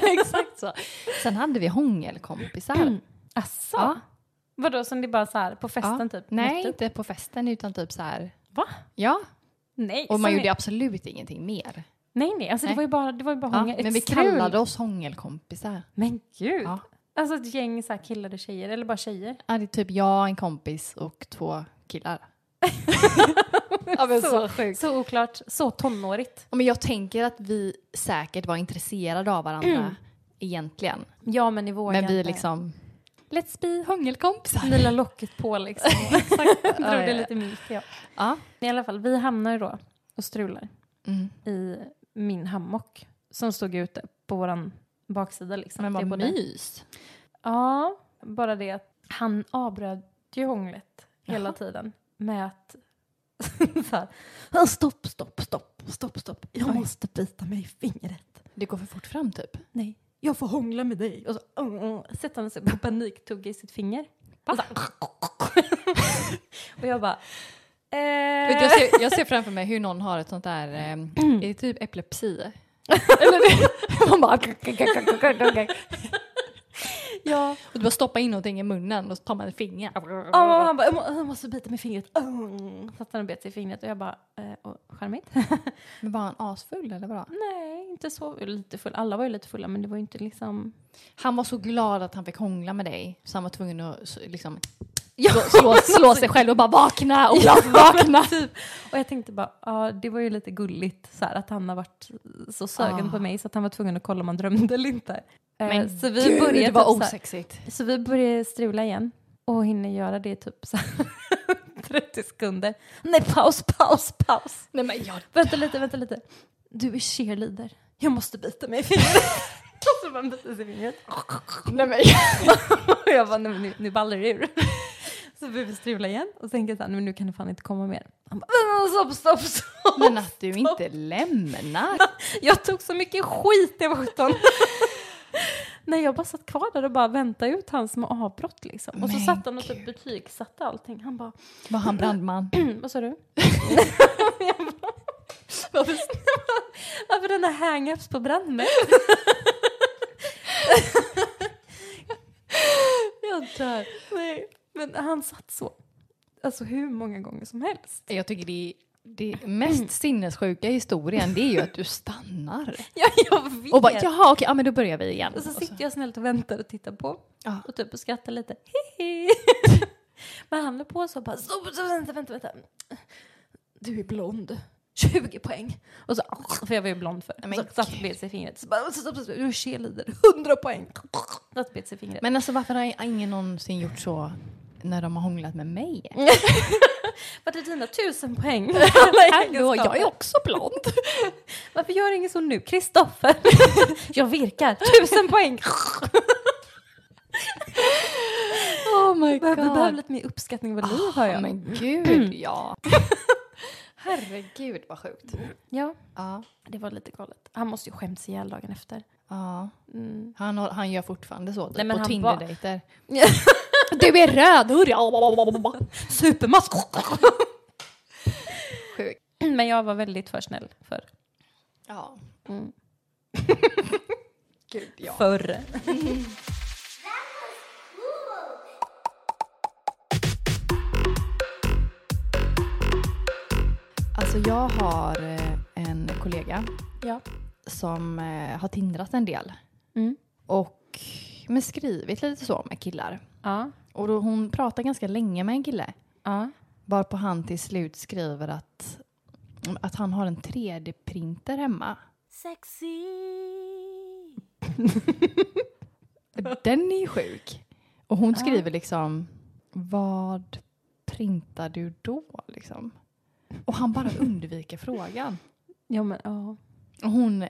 A: Exakt så. Sen hade vi hångelkompisar.
B: Asså?
A: Ja.
B: Vadå, som det bara så här på festen
A: Ja.
B: typ?
A: Nej,
B: mitt upp?
A: inte på festen utan typ så här.
B: Va?
A: Ja,
B: Nej.
A: och man
B: som
A: gjorde
B: är-
A: absolut ingenting mer.
B: Nej, nej, alltså
A: Nej.
B: det var ju bara, det var ju bara
A: Ja,
B: hånga- ett
A: men vi
B: strul.
A: kallade oss hångelkompisar.
B: Men gud!
A: Ja.
B: Alltså ett gäng så här killar och tjejer, eller bara tjejer.
A: Ja, det är typ jag, en kompis och två killar. ja, men så. sjukt.
B: Så oklart, så tonårigt.
A: Ja, men jag tänker att vi säkert var intresserade av varandra egentligen.
B: Ja, men ni vågar
A: Men vi
B: inte.
A: liksom, let's be hångelkompisar.
B: Nila locket på liksom. Drog
A: Ja, ja,
B: det
A: ja.
B: lite mjukt, ja.
A: Ja.
B: Men I alla fall, vi hamnar ju då och strular
A: Mm.
B: i min hammock som stod ute på våran baksida liksom.
A: Men
B: Det är
A: vad
B: både-
A: mys.
B: Ja, bara det att han avbröt ju hånglet hela tiden med att så här, "Ah, stopp, stopp, stopp, stopp, stopp, jag
A: Oj.
B: måste bita mig i fingret.
A: Det går för fort fram typ.
B: Nej, jag får hångla med dig. Och så uh, uh, sätter han sig på paniktugga i sitt finger. Och, så, här, och jag bara... Eh,
A: Vet, du, jag, ser, jag ser framför mig hur någon har ett sånt där, eh, är det typ epilepsi? Eller det, man bara...
B: Ja.
A: Och du bara stoppa in någonting i munnen och så tar man ett finger.
B: Ja, och han bara, jag, må, jag måste bita med fingret. Oh. Satt han och bet sig i fingret och jag bara, eh, och charmigt.
A: Men var han asfull eller vadå?
B: Nej, inte så lite full. Alla var ju lite fulla men det var ju inte liksom...
A: Han var så glad att han fick hångla med dig så han var tvungen att s- liksom slå, slå, slå sig själv och bara vakna Olof, vakna!
B: Typ. Och jag tänkte bara, ja det var ju lite gulligt så här, att han har varit så sögen
A: Ah.
B: på mig så att han var tvungen att kolla om han drömde eller inte. Eh,
A: Men
B: så vi
A: Gud,
B: började
A: det var
B: typ så, här,
A: osexigt.
B: så vi började strula igen och hinner göra det i typ så här, 30 sekunder. Nej paus, paus, paus.
A: Nej men jag
B: Vänta lite, vänta lite. Du är cheerleader. Jag måste bita mig i fingret. Och så man biter sig i fingret.
A: Nej men,
B: Och jag bara, nu, nu, nu ballar det ur. Så vi får strula igen och tänker så här, men nu kan det fan inte komma mer. Han bara, "Men, stopp, stopp, stopp.
A: men att du
B: Alltså.
A: inte lämnar.
B: Jag tog så mycket skit när jag var 17. Nej, jag bara satt kvar där och bara väntade ut hans små avbrott liksom. Och så
A: Men
B: satt han och typ
A: gud. Mm.
B: betygsatte allting. Han bara, "Mm,
A: Var han brandman?
B: vad sa du? Jag bara, Varför varför den här hang-ups på brandmän?
A: Jag dör.
B: Nej, men han satt så. Alltså hur många gånger som helst.
A: Jag tycker det, det
B: Mm.
A: mest sinnessjuka i historien det är ju att du stannar.
B: Ja, jag vet.
A: Och bara jaha okej, ja, men då börjar vi igen.
B: Och så sitter jag snällt och väntar och tittar på.
A: Ja.
B: Och typ och skrattar lite. Hihi. Men han är på så och bara stopp, stopp, vänta, vänta, vänta. Du är blond. 20 poäng. Och så, för jag var ju blond för.
A: men
B: så satt och
A: gud.
B: bet sig i fingret. Så bara, stopp, stopp, stopp, du är cheerleader. 100 poäng. Satt och bet sig i fingret.
A: Men alltså varför har ingen någonsin gjort så när de har hånglat med mig?
B: Vart är dina tusen poäng?
A: Hallå, jag är också blond.
B: Varför gör ingen så nu? Kristoffer. jag virkar. Tusen poäng.
A: Oh my
B: Jag behöver lite mer uppskattning av liv har jag. Mm.
A: men gud ja. Herregud vad sjukt.
B: Ja,
A: Ja.
B: det var lite galet. Han måste ju skämt sig ihjäl dagen efter.
A: ja.
B: Mm.
A: Han, har- han gör fortfarande så
B: Nej, men
A: på
B: han
A: Tinder-dejter. du är röd, hurra!
B: Supermask!
A: Sjukt.
B: Men jag var väldigt för snäll för.
A: Ja.
B: Mm.
A: Gud ja.
B: Förr.
A: Alltså jag har eh, en kollega
B: Ja.
A: som eh, har tindrat en del
B: Mm.
A: och men skrivit lite så med killar.
B: Ja.
A: Och då hon pratar ganska länge med en kille
B: Ja.
A: varpå han till slut skriver att, att han har en 3D-printer hemma. Sexy! Den är ju sjuk. Och hon skriver liksom vad printar du då liksom? Och han bara undviker frågan.
B: Ja men ja.
A: Och hon,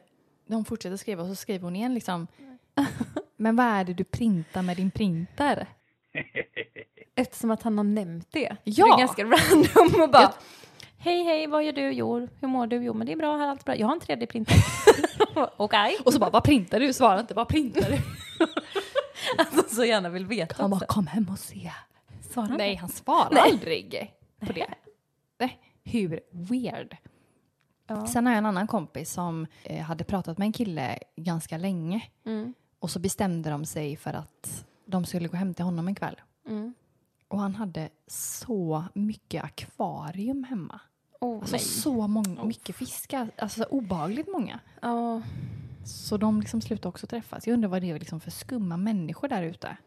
A: hon fortsätter skriva och så skriver hon igen liksom. Men vad är det du printar med din printer?
B: Eftersom att han har nämnt det.
A: Ja.
B: Det är ganska random och bara.
A: Jag-
B: Hej hej, vad gör du? Jo, hur mår du? Jo men det är bra här, allt bra. Jag har en 3D-printer. Okej.
A: Och så bara, vad printar du? Svarar inte, vad printar du?
B: Alltså så gärna vill veta.
A: Han bara,
B: också.
A: kom hem och se.
B: Svarar han?
A: Nej, han svarar aldrig på det. Nej. Hur weird.
B: Ja.
A: Sen har jag en annan kompis som eh, hade pratat med en kille ganska länge
B: Mm.
A: och så bestämde de sig för att de skulle gå hem till honom en kväll.
B: Mm.
A: Och han hade så mycket akvarium hemma.
B: Oh,
A: Alltså
B: nej.
A: så många, mycket fiskar, alltså obehagligt många.
B: Ja.
A: Så de liksom slutade också träffas. Jag undrar vad det är liksom för skumma människor där ute.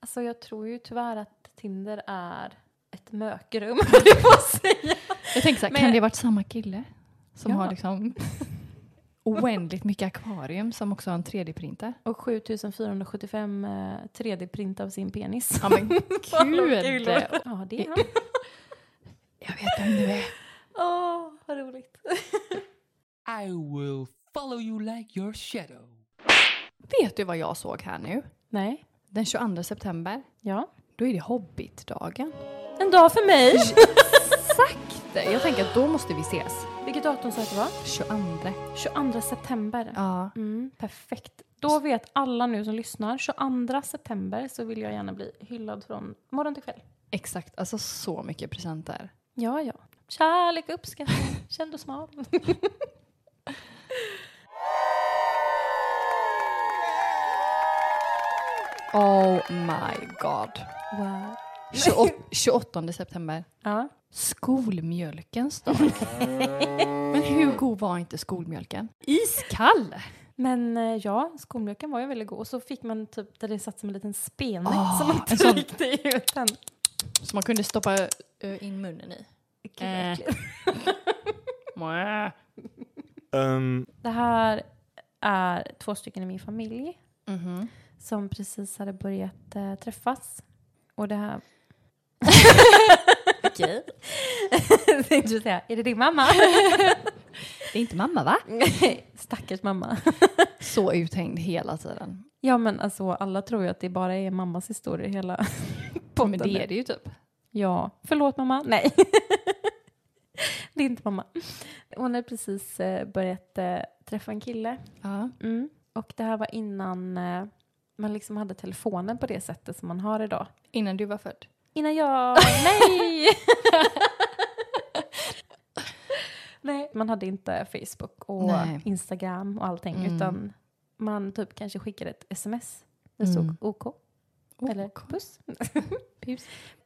B: Alltså jag tror ju tyvärr att Tinder är ett mökerum, höll jag på att säga.
A: Jag tänker så här,
B: Men-
A: kan det ha varit samma kille? Som
B: Ja.
A: har liksom oändligt mycket akvarium som också har en 3D-printer.
B: Och 7475 eh, 3D-print av sin penis.
A: Ja men
B: Kul.
A: gud!
B: Ja, det är han.
A: Jag vet vem du är.
B: Åh, vad roligt.
D: I will follow you like your shadow.
A: Vet du vad jag såg här nu?
B: Nej.
A: Den 22 september,
B: Ja.
A: då är det Hobbit-dagen.
B: En dag för mig.
A: Exakt! Jag tänker att då måste vi ses.
B: Vilket datum sa du att det var?
A: 22.
B: 22 september.
A: Ja.
B: Mm, perfekt. Då vet alla nu som lyssnar, 22 september så vill jag gärna bli hyllad från morgon till kväll.
A: Exakt, alltså så mycket presenter.
B: Ja, ja. Kärlek och uppskattning, känd och smal.
A: Oh my god.
B: Wow.
A: 28, 28 september.
B: Ja.
A: Skolmjölkens dag. Men hur god var inte skolmjölken? Iskall!
B: Men eh, ja, skolmjölken var ju väldigt god. Och så fick man typ där det satt som en liten spene
A: Ah,
B: som man
A: en sån-
B: tryckte ut den.
A: Som man kunde stoppa ö, in munnen i.
B: Gud,
A: Eh.
B: äckligt.
F: Ehm,
B: Det här är två stycken i min familj
A: Mhm.
B: som precis hade börjat eh, träffas. Och det här... Okej. Tänkte säga, är det din mamma?
A: Det är inte mamma va?
B: Stackars mamma.
A: Så uthängd hela tiden.
B: Ja men alltså alla tror ju att det bara är mammas historier hela podden.
A: Men det är det ju typ.
B: Ja, förlåt mamma. Nej. det är inte mamma. Hon hade precis eh, börjat eh, träffa en kille.
A: Ja.
B: Mm. Och det här var innan eh, man liksom hade telefonen på det sättet som man har idag.
A: Innan du var född.
B: Innan jag... Nej! Nej, man hade inte Facebook och
A: Nej.
B: Instagram och allting
A: Mm.
B: utan man typ kanske skickade ett sms. Det stod
A: Mm.
B: OK. Eller
A: Och-
B: puss.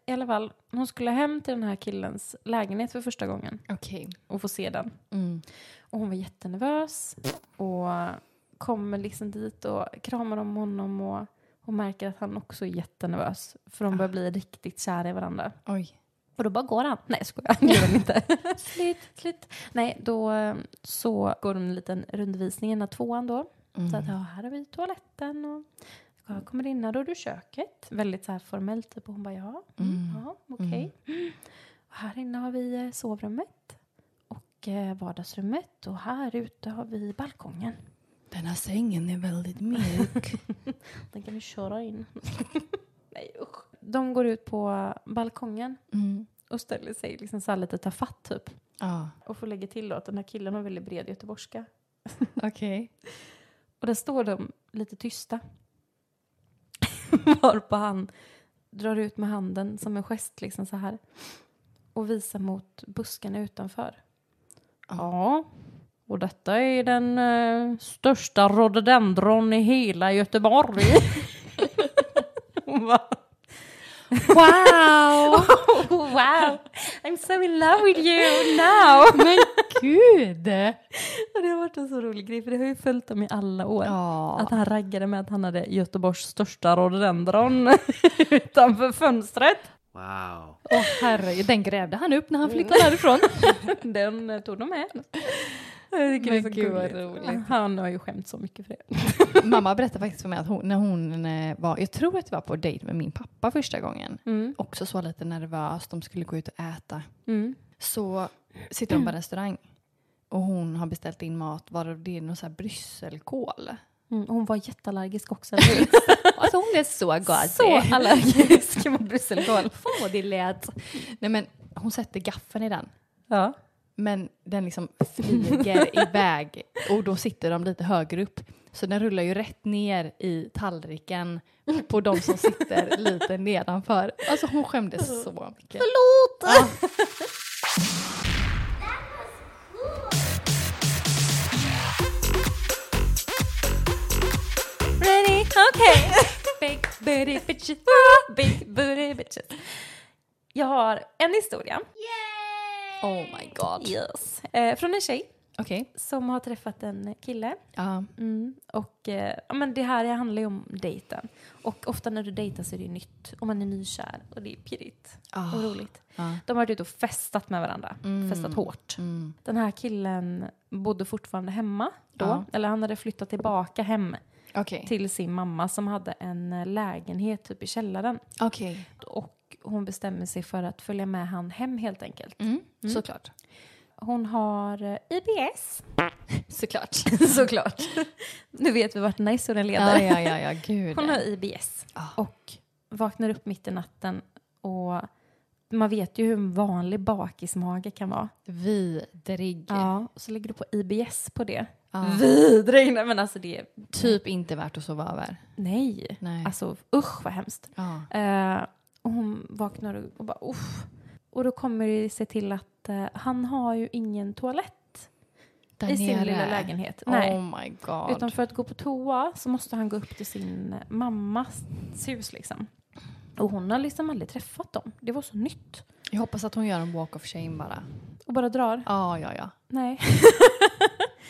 B: I alla fall, hon skulle hem till den här killens lägenhet för första gången
A: Okej.
B: och få se den.
A: Mm.
B: Och hon var jättenervös och kommer liksom dit och kramar om honom och hon märker att han också är jättenervös för de börjar bli riktigt kära i varandra.
A: Oj.
B: Ah. Och då bara går han. Nej, jag skojar. Det gör han inte. slut, slut. Nej, då eh, så går de en liten rundvisning i den här tvåan då. Så att, ja, här har vi toaletten och jag kommer in här, då är du köket. Väldigt så här formellt, typ. Och hon bara, ja, mm. ja okej. Och här inne har vi eh, sovrummet och eh, vardagsrummet och här ute har vi balkongen.
A: Den här sängen är väldigt mjuk.
B: Den kan vi köra in. Nej, usch. De går ut på balkongen
A: Mm.
B: och ställer sig liksom så här lite ta fatt typ.
A: Ja.
B: Och får lägga till då att den här killen har väldigt bred göteborgska.
A: Okej.
B: Och där står de lite tysta. Varpå han drar ut med handen som en gest liksom så här. Och visar mot buskarna utanför. Ja, och detta är den eh, största rhododendron i hela Göteborg. Hon bara,
A: Wow!
B: wow, I'm so in love with you now.
A: Men gud!
B: Och det har varit en så rolig grej för det har ju följt dem i alla år.
A: Ja.
B: Att han raggade med att han hade Göteborgs största rhododendron utanför fönstret.
E: Wow.
A: Åh herregud, den grävde han upp när han flyttade därifrån.
B: Den eh, tog de med. Jag tycker
A: Men
B: det är så
A: gud, vad
B: gulligt.
A: roligt.
B: Han har ju skämt så mycket för det.
A: Mamma berättade faktiskt för mig att hon, när hon eh, var, jag tror att det var på dejt med min pappa första gången,
B: Mm,
A: också så lite nervös, de skulle gå ut och äta. Så sitter de på en restaurang och hon har beställt in mat varav det är någon så här brysselkål.
B: Mm, hon var jätteallergisk också. eller hur?
A: Alltså hon är så gosig.
B: så allergisk mot brysselkål.
A: Fan vad det lät. Nej men hon sätter gaffeln i den.
B: Ja.
A: Men den liksom flyger iväg och då sitter de lite högre upp. Så den rullar ju rätt ner i tallriken på de som sitter lite nedanför. Alltså hon skämdes så mycket.
B: Ready? Okej. Big booty bitches.
A: Ah.
B: Big booty bitches. Jag har en historia.
A: Oh my god.
B: Yes. Eh, från en tjej
A: Okej.
B: som har träffat en kille.
A: Ja.
B: Mm. Och eh, ja, men det här handlar ju om dejten. Och ofta när du dejtar så är det ju nytt och man är nykär och det är pirrigt
A: Ah.
B: och roligt.
A: Ja.
B: De har varit ute och festat med varandra, festat hårt.
A: Mm.
B: Den här killen bodde fortfarande hemma då,
A: Ja. Mm.
B: eller han hade flyttat tillbaka hem
A: Okej.
B: till sin mamma som hade en eh, lägenhet typ i källaren.
A: Okej.
B: Och hon bestämmer sig för att följa med han hem helt enkelt.
A: Mm. Såklart.
B: Hon har eh, IBS.
A: Såklart.
B: Såklart. nu vet vi vart den här historien leder.
A: Ja, ja, ja, ja, gud.
B: Hon har IBS
A: Ah.
B: och vaknar upp mitt i natten och man vet ju hur en vanlig bakismage kan vara.
A: Vidrig.
B: Ja, och så lägger du på IBS på det.
A: Ja.
B: Vidrig! Nej men alltså det,
A: Typ inte värt att sova över.
B: nej.
A: Nej.
B: Alltså usch vad hemskt.
A: Ja.
B: Eh, och hon vaknar och, och bara uff. Och då kommer det sig till att eh, han har ju ingen toalett
A: Där
B: i sin
A: nere.
B: lilla lägenhet. Nej.
A: Oh my god.
B: Utan för att gå på toa så måste han gå upp till sin mammas hus liksom. Och hon har liksom aldrig träffat dem. Det var så nytt.
A: Jag hoppas att hon gör en walk of shame bara.
B: Och bara drar.
A: Ja, ja, ja.
B: Nej.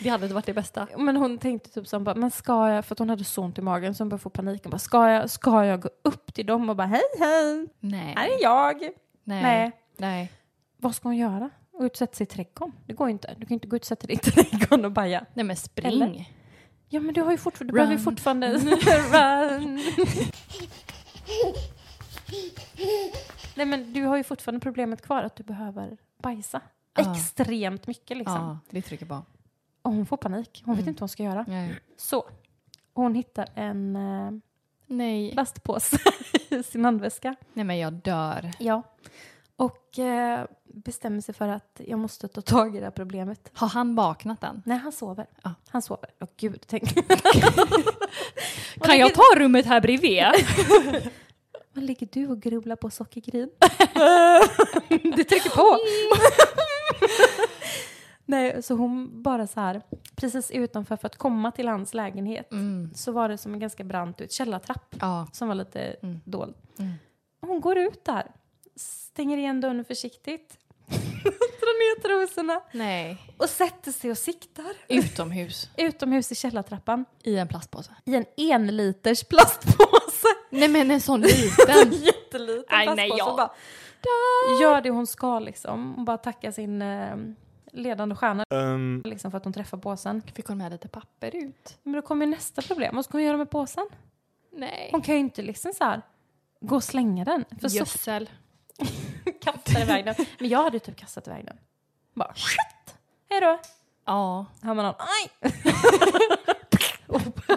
A: Det hade inte varit det bästa.
B: Men hon tänkte typ så hon bara, men ska jag, för att hon hade så ont i magen så hon började få paniken. Bara, ska, jag, ska jag gå upp till dem och bara hej hej,
A: Nej.
B: här är jag.
A: Nej.
B: Nej.
A: Nej.
B: Vad ska hon göra? Gå ut och sätta sig i trädgården? Det går ju inte. Du kan ju inte gå ut och sätta dig i trädgården och baja.
A: Nej men spring.
B: Eller? Ja men du har ju fortfarande,
A: Run.
B: du behöver ju fortfarande Mm. run. Nej men du har ju fortfarande problemet kvar att du behöver bajsa.
A: Ja.
B: Extremt mycket liksom.
A: Ja, vi trycker på.
B: Och hon får panik. Hon vet inte vad hon ska göra.
A: Nej.
B: Så. Hon hittar en eh,
A: Nej.
B: plastpåse i sin handväska.
A: Nej men jag dör.
B: Ja. Och eh, bestämmer sig för att jag måste ta tag i det här problemet.
A: Har han vaknat än?
B: Nej, han sover.
A: Ja.
B: Han sover. Åh gud, tänk.
A: Kan jag ta rummet här bredvid?
B: Vad ligger du och grubblar på sockergryn? du trycker på! Nej, så hon bara så här, precis utanför för att komma till hans lägenhet
A: Mm.
B: så var det som en ganska brant ut, källartrapp
A: Ja.
B: som var lite
A: Mm.
B: dold.
A: Mm.
B: Hon går ut där, stänger igen dörren försiktigt, drar ner trosorna
A: Nej.
B: och sätter sig och siktar
A: Utomhus.
B: utomhus i källartrappan
A: I en plastpåse.
B: i en enliters plastpåse.
A: Nej men en sån liten.
B: Jätteliten
A: Aj,
B: plastpåse.
A: nej, ja.
B: och bara, gör det hon ska liksom. Hon bara tackar sin eh, ledande stjärna
F: Ehm,
B: liksom, för att hon träffar påsen.
A: Fick hon med lite papper ut?
B: Men då kommer ju nästa problem. Vad ska hon göra med påsen?
A: Nej.
B: Hon kan ju inte liksom så här gå och slänga den. För så
A: Gödsel.
B: kastar iväg den. Men jag hade ju typ kastat iväg den. Bara shit! Hej då!
A: Ja.
B: Har man någon aj!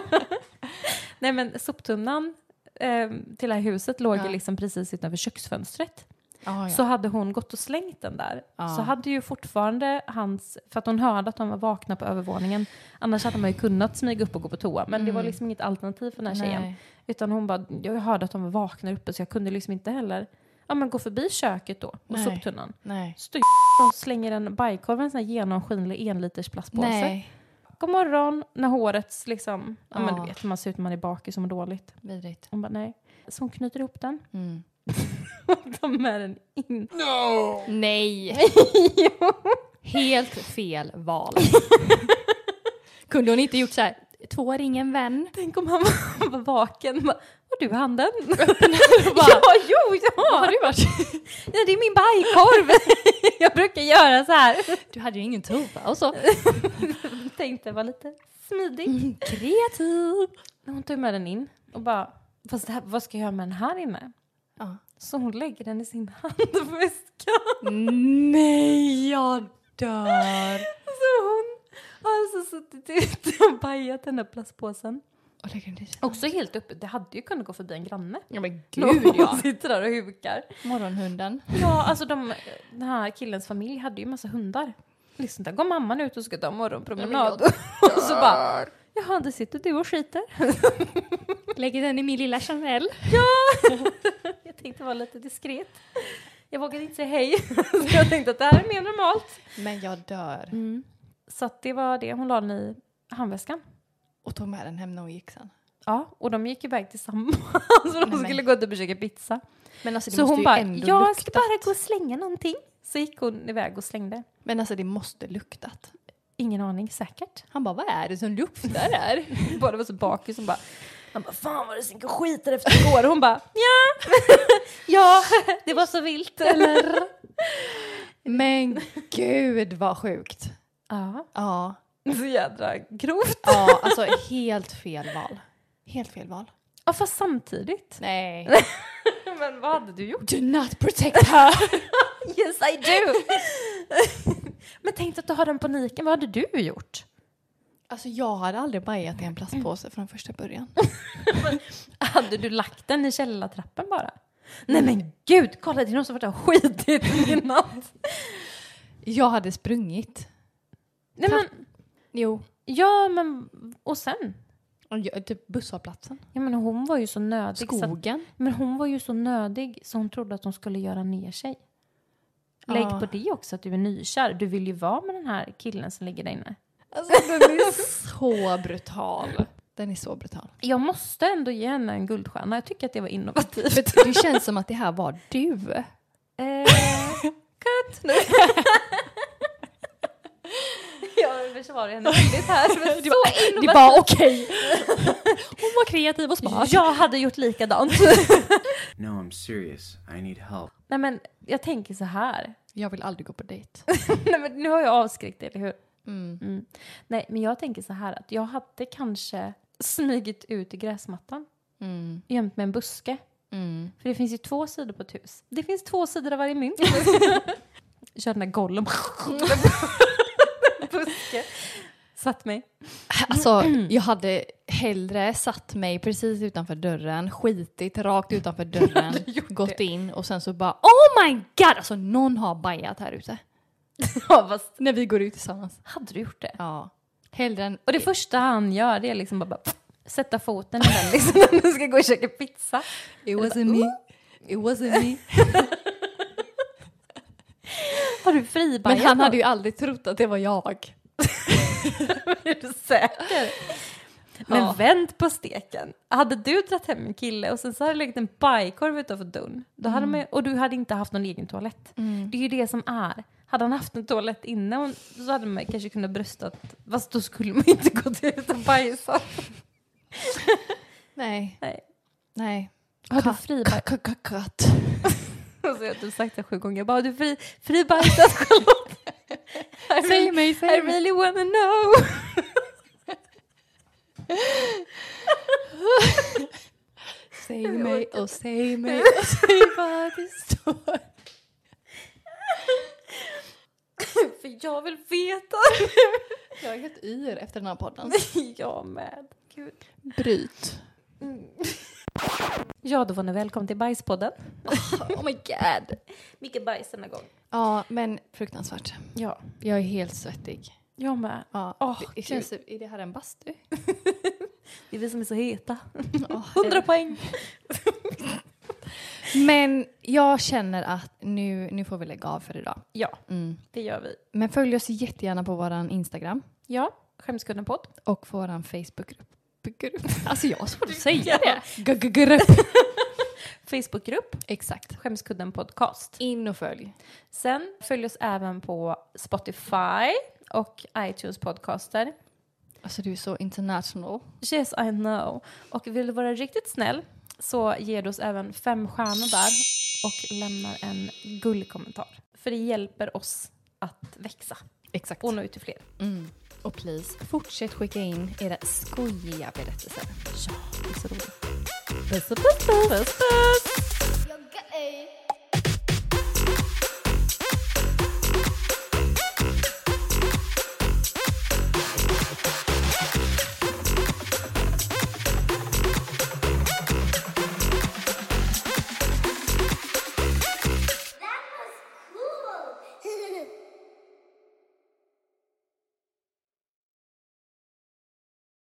B: Nej men soptunnan eh, till det här huset låg ju
A: Ja.
B: liksom precis utanför köksfönstret.
A: Ja, ja.
B: Så hade hon gått och slängt den där
A: Ja.
B: så hade ju fortfarande hans, för att hon hörde att de var vakna på övervåningen, annars hade man ju kunnat smyga upp och gå på toa men det var liksom inget alternativ för den här tjejen.
A: Mm. Nej.
B: Utan hon bara, jag hörde att de var vakna uppe så jag kunde liksom inte heller, ja men gå förbi köket då och
A: Nej.
B: soptunnan.
A: Nej.
B: Så och slänger en bajkorv i en sån här genomskinlig enliters plastpåse.
A: Nej.
B: God morgon, när hårets liksom, ja, men
A: Ja.
B: du vet hur man ser ut när man är bakis och mår dåligt.
A: Vidrigt.
B: Hon bara nej. Så hon knyter ihop den
A: Mm.
B: och tar med den in.
A: Nej.
B: Jo.
A: Helt fel val. Kunde hon inte gjort så här? Två ring en vän.
B: Tänk om han var- var vaken. Bara, Har du handen?
A: Bara,
B: ja, jo,
A: Vad har
B: ja!
A: du varit?
B: ja! Det är min bajkorv. jag brukar göra så här.
A: Du hade ju ingen toa och så.
B: Tänkte vara lite smidig.
A: Mm. Kreativ.
B: Hon tog med den in och bara, fast det här, vad ska jag göra med den här inne?
A: Ja.
B: Så hon lägger den i sin handväska.
A: Nej, jag dör.
B: Så Alltså, hon har alltså suttit ute och bajat den där plastpåsen.
A: Och lägger den dit.
B: Också helt uppe, det hade ju kunnat gå förbi en granne.
A: Ja men
B: Gud ja. sitter där och hukar.
A: Morgonhunden.
B: Ja, alltså de, den här killens familj hade ju massa hundar. Liksom där går mamman ut och ska ta morgonpromenad. och så bara, jaha där sitter du och skiter.
A: Lägger den i min lilla Chanel.
B: Jag tänkte vara lite diskret. Jag vågade inte säga hej. så jag tänkte att det här är mer normalt.
A: Men jag dör.
B: Mm. Så att det var det hon la den i handväskan.
A: Och tog med den hem när hon gick sen.
B: Ja, och de gick iväg tillsammans. så de
A: men-
B: skulle gå ut och käka pizza.
A: Men alltså det
B: Så
A: måste
B: hon
A: ju
B: bara,
A: ändå
B: jag
A: luktat.
B: ska bara gå och slänga någonting. Så gick hon iväg och slängde.
A: Men alltså det måste luktat.
B: Ingen aning, säkert.
A: Han bara, vad är det som luktar där?
B: Båda var så bakis som bara, han bara, fan vad det stinker skit där efter igår. Hon bara, ja, ja, det var så vilt. Eller?
A: men gud vad sjukt.
B: Ja,
A: Ja.
B: så jädra grovt.
A: Ja, alltså helt fel val. Helt fel val.
B: Ja, fast samtidigt.
A: Nej.
B: Men vad hade du gjort?
A: Do not protect her!
B: Yes I do! Men tänk dig att du har den paniken, vad hade du gjort?
A: Alltså jag hade aldrig bajat i en plastpåse från första början.
B: Hade du lagt den i källartrappen bara? Nej men gud, kolla det är någon som varit där och skitit i natt.
A: Jag hade sprungit.
B: Nej men,
A: Jo.
B: ja men, och sen?
A: Jag, typ busshållplatsen.
B: Ja men hon var ju så nödig. Så att,
A: Skogen.
B: men hon var ju så nödig så hon trodde att hon skulle göra ner sig. Lägg
A: Ja.
B: på det också att du är nykär, du vill ju vara med den här killen som ligger där inne.
A: Alltså den är så brutal. Den är så brutal.
B: Jag måste ändå ge henne en guldstjärna. Jag tycker att det var innovativt.
A: För det känns som att det här var du.
B: Eh, Cut! Nej. Jag försvarar henne väldigt här. Det var så
A: Det
B: innovativt.
A: var okej. Hon var kreativ och smart.
B: Jag hade gjort likadant.
G: No, I'm serious. I need help.
B: Nej men jag tänker så här.
A: Jag vill aldrig gå på dejt.
B: Nej, men nu har jag avskräckt dig, eller hur?
A: Mm.
B: Nej men jag tänker så här att jag hade kanske smugit ut i gräsmattan.
A: Mm.
B: Gömt med en buske.
A: Mm.
B: För det finns ju två sidor på ett hus. Det finns två sidor av varje mynt. Kör den där Gollum. buske. Satt mig.
A: Alltså, jag hade hellre satt mig precis utanför dörren, skitit rakt utanför dörren, gått in och sen så bara oh my god! Alltså någon har bajat här ute.
B: Ja, vad
A: När vi går ut tillsammans.
B: Hade du gjort det?
A: Ja. Hellre än...
B: Och det första han gör det är liksom bara, bara pff, sätta foten i den liksom när du ska gå och käka pizza.
A: It wasn't me. It wasn't me.
B: Har du
A: Men
B: fribajat
A: han
B: någon?
A: hade ju aldrig trott att det var jag.
B: Är du säker? Men vänt på steken. Hade du dragit hem en kille och sen så hade det legat en bajkorv utanför dörren då hade
A: Mm.
B: man, och du hade inte haft någon egen toalett. Det är ju det som är. Hade han haft en toalett innan så hade man kanske kunnat bröstat. Fast då skulle man inte gått ut och bajsat.
A: Nej.
B: Nej.
A: Nej.
B: Har du
A: Cut,
B: fribajsat?
A: cut, cut, cut.
B: Och så har du sagt det sju gånger. Jag bara, har du fri, fribajsat Charlotte? I
A: Säg
B: really-
A: mig,
B: I
A: säg mig.
B: really wanna know.
A: Säg mig och säg mig och säg vad det står.
B: För jag vill veta.
A: Jag är helt yr efter den här podden.
B: jag med. Gud.
A: Bryt.
B: Ja, då var ni välkomna till Bajspodden.
A: Oh my god.
B: Mycket bajs denna gång.
A: Ja, men fruktansvärt.
B: Ja,
A: Jag är helt svettig.
B: jag med.
A: Ja,
B: Åh,
A: det- det känns, typ- är det här en bastu?
B: Det är vi som är så heta.
A: Oh,
B: 100 poäng.
A: Men jag känner att nu, nu får vi lägga av för idag.
B: Ja,
A: Mm.
B: det gör vi.
A: Men följ oss jättegärna på vår Instagram
B: Ja, Skämskudden-podd.
A: och vår Facebookgrupp. Grupp. Alltså jag har svårt att säga
B: Ja.
A: det. G-g-grupp.
B: Facebookgrupp,
A: Exakt.
B: Skämskudden-podcast.
A: In och följ.
B: Sen följ oss även på Spotify och iTunes podcaster.
A: Alltså du är så international.
B: Yes I know. Och vill du vara riktigt snäll så ger du oss även fem stjärnor där och lämnar en gullig kommentar. För det hjälper oss att växa
A: Exakt.
B: och nå ut till fler.
A: Mm. Och please, fortsätt skicka in era skojiga berättelser.
B: Ja, det är så roligt. Puss och puss puss! puss, puss.
C: Jag är